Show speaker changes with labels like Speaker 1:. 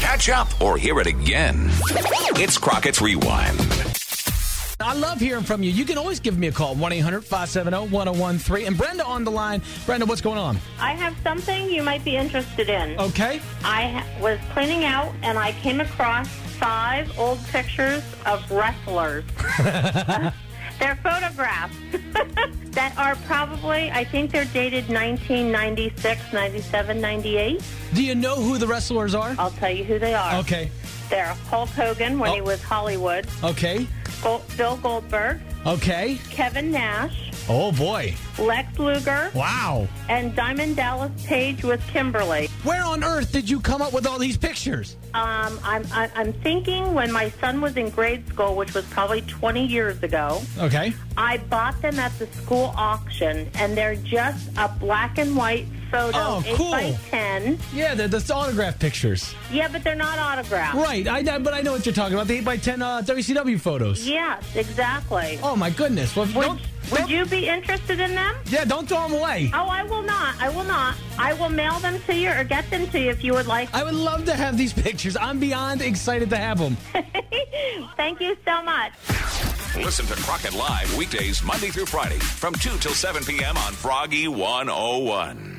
Speaker 1: Catch up or hear it again. It's Crockett's Rewind.
Speaker 2: I love hearing from you. You can always give me a call, 1 800 570 1013. And Brenda on the line. Brenda, what's going on?
Speaker 3: I have something you might be interested in.
Speaker 2: Okay.
Speaker 3: I ha- was cleaning out and I came across five old pictures of wrestlers. they're photographs that are probably, I think they're dated 1996, 97, 98.
Speaker 2: Do you know who the wrestlers are?
Speaker 3: I'll tell you who they are.
Speaker 2: Okay.
Speaker 3: They're Hulk Hogan when he
Speaker 2: Oh.
Speaker 3: was Hollywood,
Speaker 2: Okay.
Speaker 3: Gol Bill Goldberg,
Speaker 2: Okay.
Speaker 3: Kevin Nash,
Speaker 2: Oh, boy.
Speaker 3: Lex Luger,
Speaker 2: Wow.
Speaker 3: and Diamond Dallas Page with Kimberly.
Speaker 2: Where on earth did you come up with all these pictures?
Speaker 3: Um, I'm, I- I'm thinking when my son was in grade school, which was probably 20 years ago,
Speaker 2: Okay.
Speaker 3: I bought them at the school auction, and they're just a black and white photo,
Speaker 2: Oh,
Speaker 3: 8
Speaker 2: cool.
Speaker 3: by 10.
Speaker 2: Yeah, the, the autograph pictures.
Speaker 3: Yeah, but they're not autographed.
Speaker 2: Right. I know- but I know what you're talking about. The 8x10 uh, WCW photos.
Speaker 3: Yes, exactly.
Speaker 2: Oh, my goodness. Well,
Speaker 3: would
Speaker 2: don't,
Speaker 3: would
Speaker 2: don't-
Speaker 3: you be interested in them?
Speaker 2: Yeah, don't throw them away.
Speaker 3: Oh, I will not. I will not. I will mail them to you or get them to you if you would like.
Speaker 2: I would love to have these pictures. I'm beyond excited to have them.
Speaker 3: Thank you so much.
Speaker 1: Listen to Crockett Live weekdays, Monday through Friday from 2 till 7 p.m. on Froggy 101.